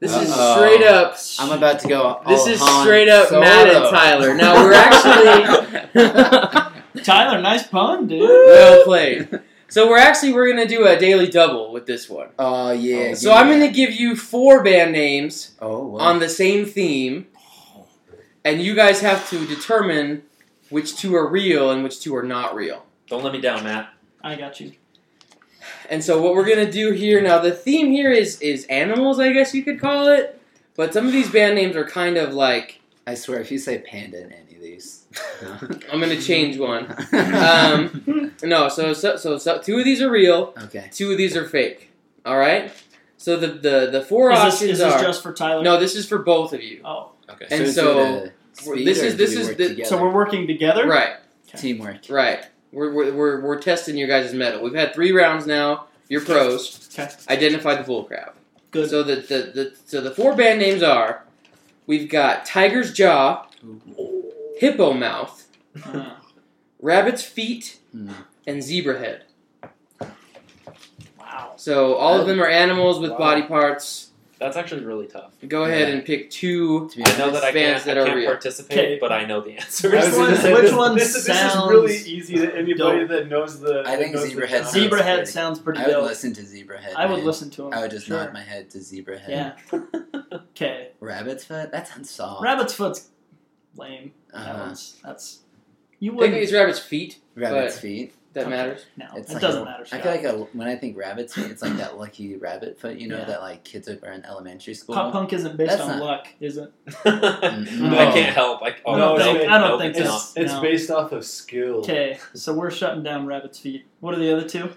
This is
Uh-oh.
straight up.
I'm about to go.
This
all
is
Han
straight up
Solo.
Matt and Tyler. Now we're actually
Tyler, nice pun, dude.
well played. So we're actually we're gonna do a daily double with this one.
Oh yeah.
So
yeah.
I'm gonna give you four band names
Oh. Wow.
on the same theme, and you guys have to determine which two are real and which two are not real.
Don't let me down, Matt.
I got you.
And so what we're gonna do here now, the theme here is is animals, I guess you could call it. But some of these band names are kind of like
I swear, if you say panda in any of these,
I'm gonna change one. Um, No, so so, so so two of these are real,
okay.
two of these are fake. All right. So the the the four
Is this,
options
is this
are
just for Tyler?
no, this is for both of you.
Oh,
Okay.
And
is
so-
it a speed
this
or
is-
do
this
we
is
work
the- so
together?
so we're working together.
Right,
teamwork.
right. We're we're, we're, we're testing your guys' metal. We've had three rounds now. You're pros.
Okay.
Identify the bullcrap.
Good.
So the, the, the so the four band names are, we've got Tiger's Jaw, Hippo Mouth,
Uh,
Rabbit's Feet,
Hmm.
and Zebra Head.
wow.
So all of them are animals with
Wow.
body parts.
That's actually really tough.
Go ahead
Yeah.
and pick two.
To be
I know that I
Bands
can't,
that
I
are
can't
real.
participate,
Okay.
but I know the answer.
Which
I was
one-
gonna say,
which
this,
one
this, is- this is
sounds
really easy to anybody
dope?
that knows the.
I think
that knows the genre.
Zebrahead sounds-
Zebra head
pretty.
sounds pretty
I would
dope.
listen to Zebrahead.
I would
man.
listen to him.
I would just
sure.
nod my head to Zebrahead.
Yeah.
Mm-hmm.
Okay.
Rabbit's foot? That sounds soft.
Rabbit's foot's lame. That
Uh-huh.
one's that's you
I think
wouldn't
it's Rabbit's Feet
Rabbit's
But-
feet.
that
Okay.
matters.
no.
it's
It
like
doesn't
a-
matter.
I
Scott.
feel like a, when I think rabbit's feet, it's like that lucky rabbit foot, you know,
Yeah.
that like kids would wear in elementary school.
pop punk isn't based
That's
on
not-
luck, is it?
I can't help. I, oh,
No, it's-
nope,
I
don't
nope,
think
it's
so.
not.
It's, it's
No.
based off of skill.
Okay. So we're shutting down rabbit's feet. What are the other two?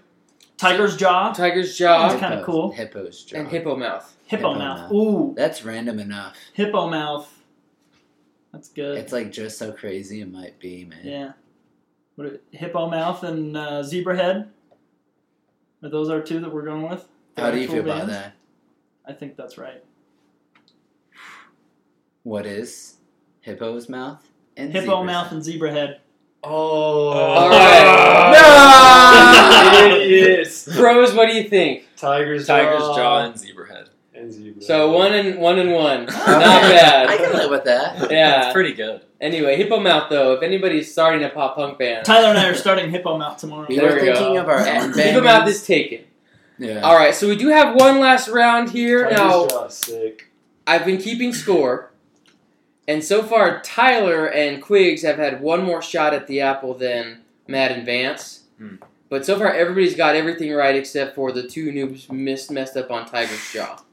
Tiger's jaw,
Tiger's
That's
Jaw
kinda
Hippo's-
cool.
Hippo's jaw.
and Hippo Mouth.
hippo
Hippo
mouth.
mouth.
Ooh,
That's random enough.
hippo mouth. That's good.
It's like just so crazy it might be, man.
Uh, Yeah. What are, hippo mouth and uh, zebra head. Are those our two that we're going with?
How do you
Actual
feel about
bands?
that?
I think that's right.
What is Hippo's mouth? And
Hippo
zebra's
mouth and zebra head.
Oh.
Oh.
All right.
Ah!
Idiots!
No. Bros, what do you think?
Tiger's
Tiger's
jaw.
jaw and zebra head.
and zebra.
So one and one and one.
Oh,
Not
yeah.
bad.
I can live with that.
Yeah.
it's pretty good.
Anyway, Hippo Mouth though, if anybody's starting a pop punk band,
Tyler and I are starting hippo mouth tomorrow.
We
There
were
we go.
thinking of our own band.
Hippo Mouth is taken.
yeah.
All right, so we do have one last round here.
Tiger's
Now
jaw is sick.
I've been keeping score, and so far Tyler and Quigs have had one more shot at the apple than Matt and Vance.
Hmm.
But so far everybody's got everything right except for the two noobs missed, messed up on Tiger's jaw.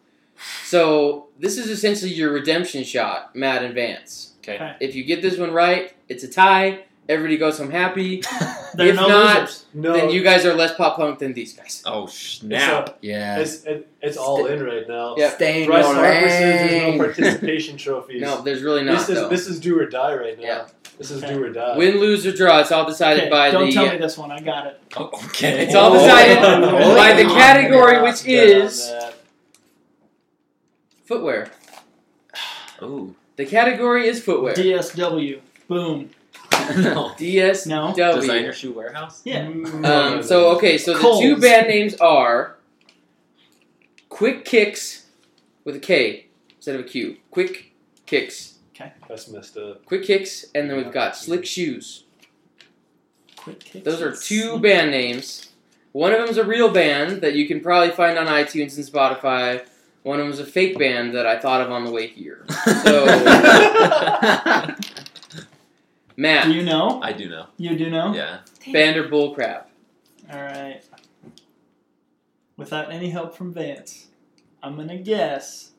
So this is essentially your redemption shot, Matt and Vance.
Okay.
If you get this one right, it's a tie. Everybody goes home happy.
They're
if
no
not,
losers.
No,
Then you guys are less pop punk than these guys.
Oh
it's,
snap!
Yeah.
it's, it, it's all in right now.
Yeah.
Staying
Bryce
on
Harper says there's no
rank.
participation trophies.
No, there's really not.
this is
though.
this is do or die right now.
Yeah.
This is
Okay.
do or die.
Win, lose, or draw. It's all decided
uh, Okay,
by
don't
the. uh,
tell me this one. I got it.
Oh, okay,
It's
Oh.
all decided
Oh.
by the
Oh.
category, which
Good on
is
that.
footwear.
Ooh,
The category is footwear.
DSW. Boom.
no.
DSW.
No.
designer shoe warehouse.
Yeah.
Mm.
Um, so okay, so the
Kohl's.
two band names are Quick Kicks with a K instead of a Q. Quick Kicks.
That's messed up.
Quick Kicks, and then we've got Slick Shoes.
Quick kicks.
Those are two band names. One of them's a real band that you can probably find on iTunes and Spotify. One of them's a fake band that I thought of on the way here.
Do
Matt,
you know?
I do know.
You do know?
Yeah.
band or bullcrap?
All right. Without any help from Vance, I'm gonna guess.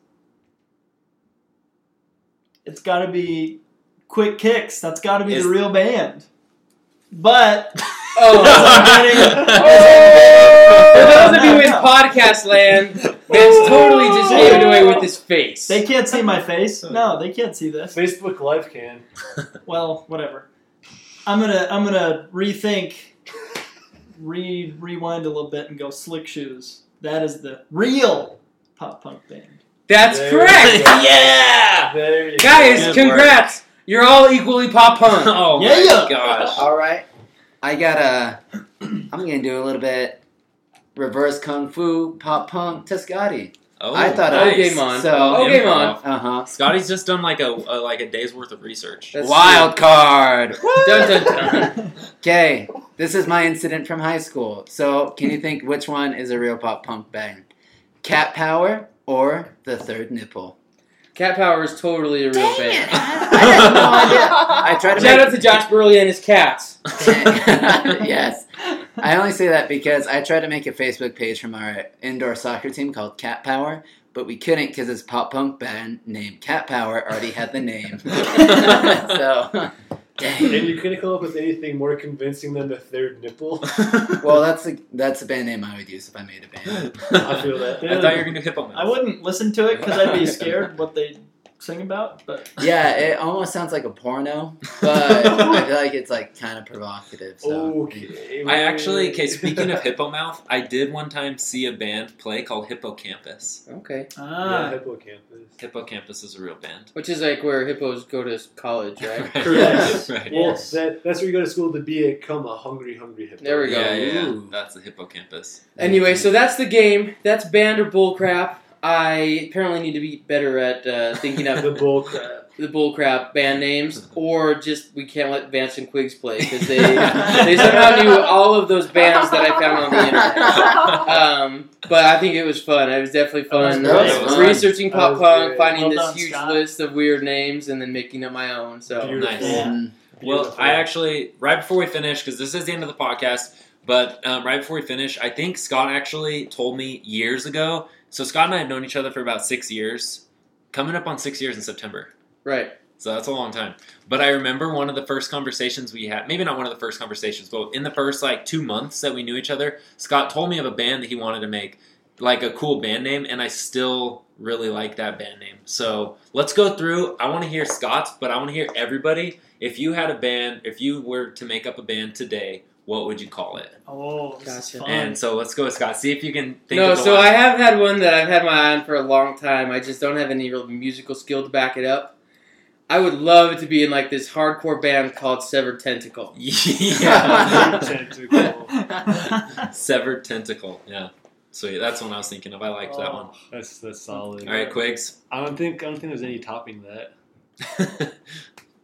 It's got to be Quick Kicks. That's got to be
Is-
the real band. But
Oh,
Oh,
Oh,
for those of you in podcast land, Vince totally
Oh.
just gave it away with his face.
they can't see my face. No, they can't see this.
Facebook Live can.
Well, whatever. I'm gonna I'm gonna rethink, re rewind a little bit and go Slick Shoes. That is the real pop punk band.
That's
There you
correct,
go.
yeah.
There you
guys.
Good
Congrats! You're all equally pop punk.
Oh
Yeah, yeah.
my gosh.
All right. I got to I'm gonna do a little bit reverse kung fu pop punk Tuscati.
Oh,
I thought
Oh,
nice.
game on.
So-
oh, game on.
Uh huh.
Scotty's just done like a, a like a day's worth of research.
That's
Wild card.
Dun, dun, dun.
Okay, this is my incident from high school. So, can you think which one is a real pop punk band? Cat Power or The Third Nipple?
Cat Power is totally a real
Dang
band.
it. I had no idea. I tried to
Shout
make-
out to Josh Burley and his cats.
yes. I only say that because I tried to make a Facebook page from our indoor soccer team called Cat Power, but we couldn't because his pop punk band named Cat Power already had the name. so, dang.
And you couldn't come up with anything more convincing than the third nipple.
Well, that's a, that's a band name I would use if I made a band.
I feel that.
I thought you were gonna do hippo.
I wouldn't listen to it because I'd be scared what they sing about. But
Yeah, it almost sounds like a porno, but I feel like it's like kind of provocative. So.
Okay.
I actually, okay, speaking of hippo mouth, I did one time see a band play called Hippocampus.
Okay.
yeah,
ah,
hippocampus.
Hippocampus is a real band.
Which is like where hippos go to college, right?
Correct.
right.
Well,
Yes.
that, that's where you go to school to become a hungry, hungry hippo.
There we go.
Yeah, yeah.
Ooh.
That's the hippocampus.
Anyway, so that's the game. That's band or bullcrap. I apparently need to be better at uh, thinking up
The bull crap.
the bullcrap band names, or just we can't let Vance and Quigs play because they they somehow knew all of those bands that I found on the internet. Um, but I think it was fun. It was definitely fun.
That
was
Uh,
fun.
Researching
That
pop
was
punk,
great.
finding
Well
this
done,
huge
Scott.
list of weird names, and then making up my own. So
Beautiful.
Oh, nice.
Yeah.
Mm,
Well,
Beautiful.
I actually, right before we finish, because this is the end of the podcast, but um, right before we finish, I think Scott actually told me years ago. So Scott and I have known each other for about six years, coming up on six years in September.
right,
So that's a long time. But I remember one of the first conversations we had, maybe not one of the first conversations, but in the first like two months that we knew each other, Scott told me of a band that he wanted to make, like a cool band name, and I still really like that band name. So let's go through. I want to hear Scott's, but I want to hear everybody. If you had a band, if you were to make up a band today, what would you call it?
oh, this
Gotcha.
is fun.
And so let's go with Scott. See if you can think
no.
of the
So
one.
I have had one that I've had my eye on for a long time. I just don't have any real musical skill to back it up. I would love to be in like this hardcore band called Severed Tentacle.
yeah.
Tentacle.
Severed Tentacle. Yeah. Sweet. That's one I was thinking of. I liked that one.
That's that's solid.
All right, Quigs.
I don't think I don't think there's any topping that.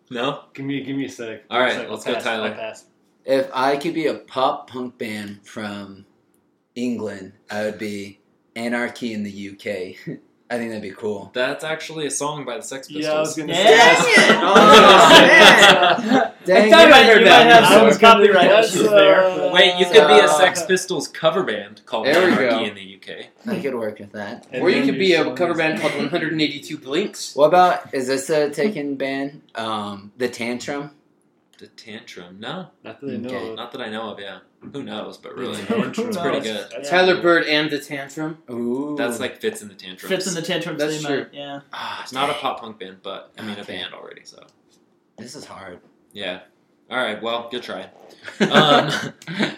no?
Give me give me a sec.
All right,
Give me a
let's
sec. I'll
go,
pass.
Tyler.
I'll pass.
If I could be a pop punk band from England, I would be Anarchy in the UK. I think that'd be cool.
That's actually a song by the Sex Pistols.
Yeah, I was gonna
Yes.
say. Oh,
Dang it!
man.
Dang
I
it.
thought I heard
you
that.
might have
I
some
was
copyright
confused.
issues there.
Uh,
Wait, you could be a
Uh,
Sex Pistols cover band called
There we go.
Anarchy in the UK.
I could work with that.
And
or you
then
could
your
be a
songs.
cover band called 182 Blinks.
What about is this a taken band? Um, the Tantrum.
The Tantrum. No,
Not that I know.
Okay.
of.
not that I know of, yeah. Who knows, but really.
The Tantrum.
Who
It's pretty
knows?
good.
That's
Tyler
cool.
Bird and the Tantrum.
Ooh,
That's like Fits in the Tantrum.
Fits in the tantrum.
That's
they
true.
might, Yeah.
Ah, it's not a pop punk band, but I mean a
Okay.
band already, so.
this is hard.
Yeah. All right, well, good try. Um,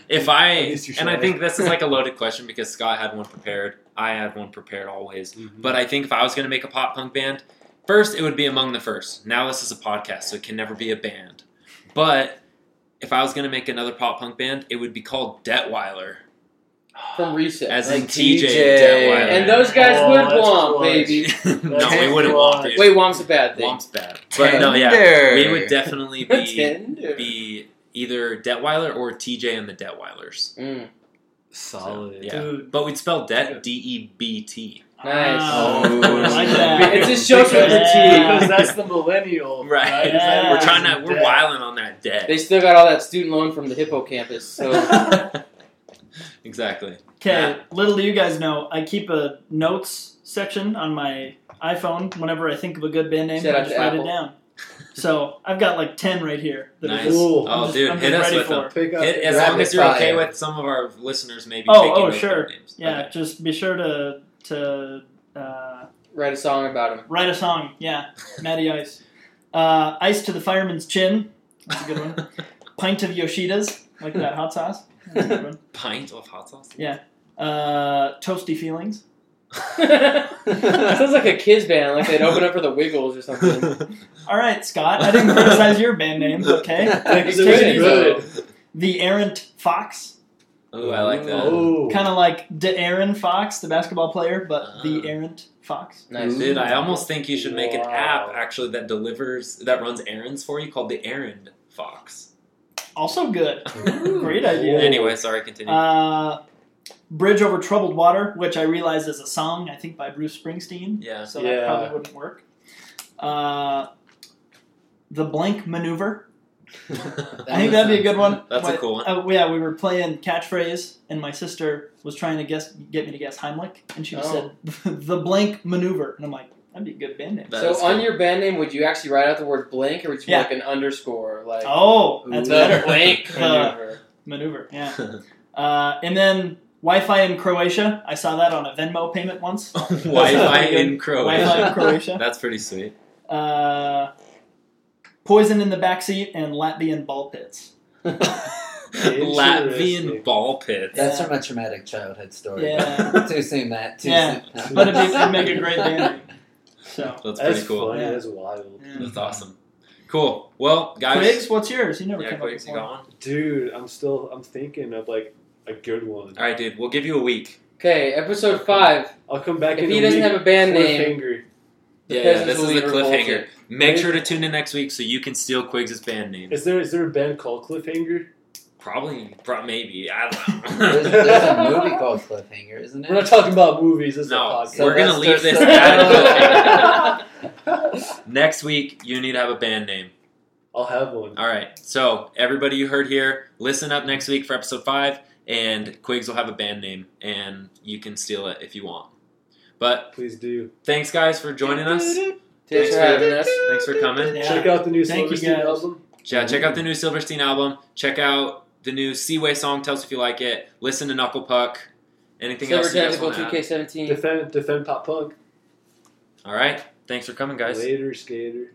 if I
At least you
and I
tried.
think this is like a loaded question because Scott had one prepared, I had one prepared always.
Mhm.
But I think if I was going to make a pop punk band, first it would be among the first. Now this is a podcast, so it can never be a band. But if I was going to make another pop punk band, it would be called Detweiler,
from Reset.
as in
Like
TJ,
TJ.
Detweiler.
and those guys
Oh,
would
that's
womp,
clutch.
baby.
no, we wouldn't want it.
Wait, womp's a bad thing.
Womp's bad. But no, yeah,
Tender.
we would definitely be
Tender.
be either Detweiler or TJ and the Detweilers.
Mm.
solid.
Yeah.
Dude.
But we'd spell Det D E B T.
Nice.
Ah,
Oh.
I like that.
It's just shows with the
Yeah.
Because
T.
that's the millennial,
Right.
right?
Yeah.
We're trying to. We're
wild.
wiling on that debt.
They still got all that student loan from the Hippo campus. So
exactly.
Okay, little do you guys know, I keep a notes section on my iPhone whenever I think of a good band name.
Shout
I
out
just
to
write
Apple.
it down. So I've got like ten right here. that are
Nice.
just-
Ooh.
Oh,
I'm just-
dude,
I'm
hit
just
us
ready
with
for
them.
it.
Pick up.
Hit, as
Rapid
long as you're okay
fire.
with some of our listeners, maybe.
Oh,
taking
oh,
those
sure.
their names.
Yeah,
Okay.
just be sure to to uh,
write a song about him.
write a song. Yeah, Matty Ice, uh, Ice to the Fireman's Chin. That's a good one. Pint of Yoshida's, like that hot sauce. That's a good one.
Pint of hot sauce.
Uh, toasty Feelings.
Sounds like a kids band, like they'd open up for the Wiggles or something.
All right, Scott, I didn't criticize your band name. Okay,
Like,
It's
it's
really
really
good.
good.
the Errant Fox.
Oh, I like that.
Oh.
Kind of like De'Aaron Fox, the basketball player, but the
Ah.
errant fox.
Nice.
Ooh.
Dude, I almost think you should make an
Wow.
app actually that delivers that runs errands for you called the Errand Fox.
Also good.
Ooh.
Great idea.
Anyway, sorry. Continue.
Uh, Bridge over Troubled Water, which I realize is a song, I think, by Bruce Springsteen.
yeah.
So
Yeah.
that probably wouldn't work. Uh, the blank maneuver. I
That
think
was
that'd be a good one.
That's a
What-
cool one.
Uh, yeah, we were playing catchphrase, and my sister was trying to guess, get me to guess Heimlich, and she just
Oh.
said the blank maneuver, and I'm like, that'd be a good band name.
That
so
is
on
cool.
your band name, would you actually write out the word blank, or would you
Yeah.
like an underscore, like
Oh,
the
that's better.
blank
Uh,
maneuver?
Maneuver, yeah. Uh, and then Wi-Fi in Croatia. I saw that on a Venmo payment once.
Wi-Fi in
Wi-Fi in
Croatia.
Croatia.
That's pretty sweet.
Uh, poison in the backseat and Latvian ball pits.
Latvian ball pits.
That's
Yeah.
from a traumatic childhood story.
Yeah.
too soon, Matt. Too
Yeah.
soon. No.
But it'd, be, it'd make a great band name. So,
That's
That's
pretty cool.
funny.
Yeah.
That's wild.
yeah.
That's awesome. Cool. Well, guys.
Quigs, what's yours? You never
Yeah,
came
Quigs,
up
you
with
got
one.
one?
Dude, I'm still I'm thinking of like a good one.
All right, dude. We'll give you a week.
Okay, episode five.
I'll come back
If
in
he
a
doesn't
week,
have a band name-
cliffhanger.
The
yeah, yeah,
peasants
this
will
is the
be revolted.
cliffhanger. Make
Wait.
sure to tune in next week so you can steal Quigs' band name.
Is there is there a band called Cliffhanger?
Probably, pro- maybe. I
There's,
don't know.
there's a movie called Cliffhanger, isn't
We're not
it?
talking about movies. This
No,
is a
we're
podcast.
gonna leave this
at
next week, you need to have a band name.
I'll have one.
All right. So, everybody you heard here, listen up next week for episode five, and Quigs will have a band name, and you can steal it if you want. But
Please do
thanks, guys, for joining us.
Thanks for having us.
Thanks for coming.
Yeah.
check out the new
Thank you,
Silverstein
guys.
album.
Yeah, check out the new Silverstein album. Check out the new Seaway song. Tell us if you like it. Listen to Knuckle Puck. Anything
Silver
else you guys
Tactical
want to
two
add?
K seventeen.
Defend defend pop punk.
All right. Thanks for coming, guys.
Later, skater.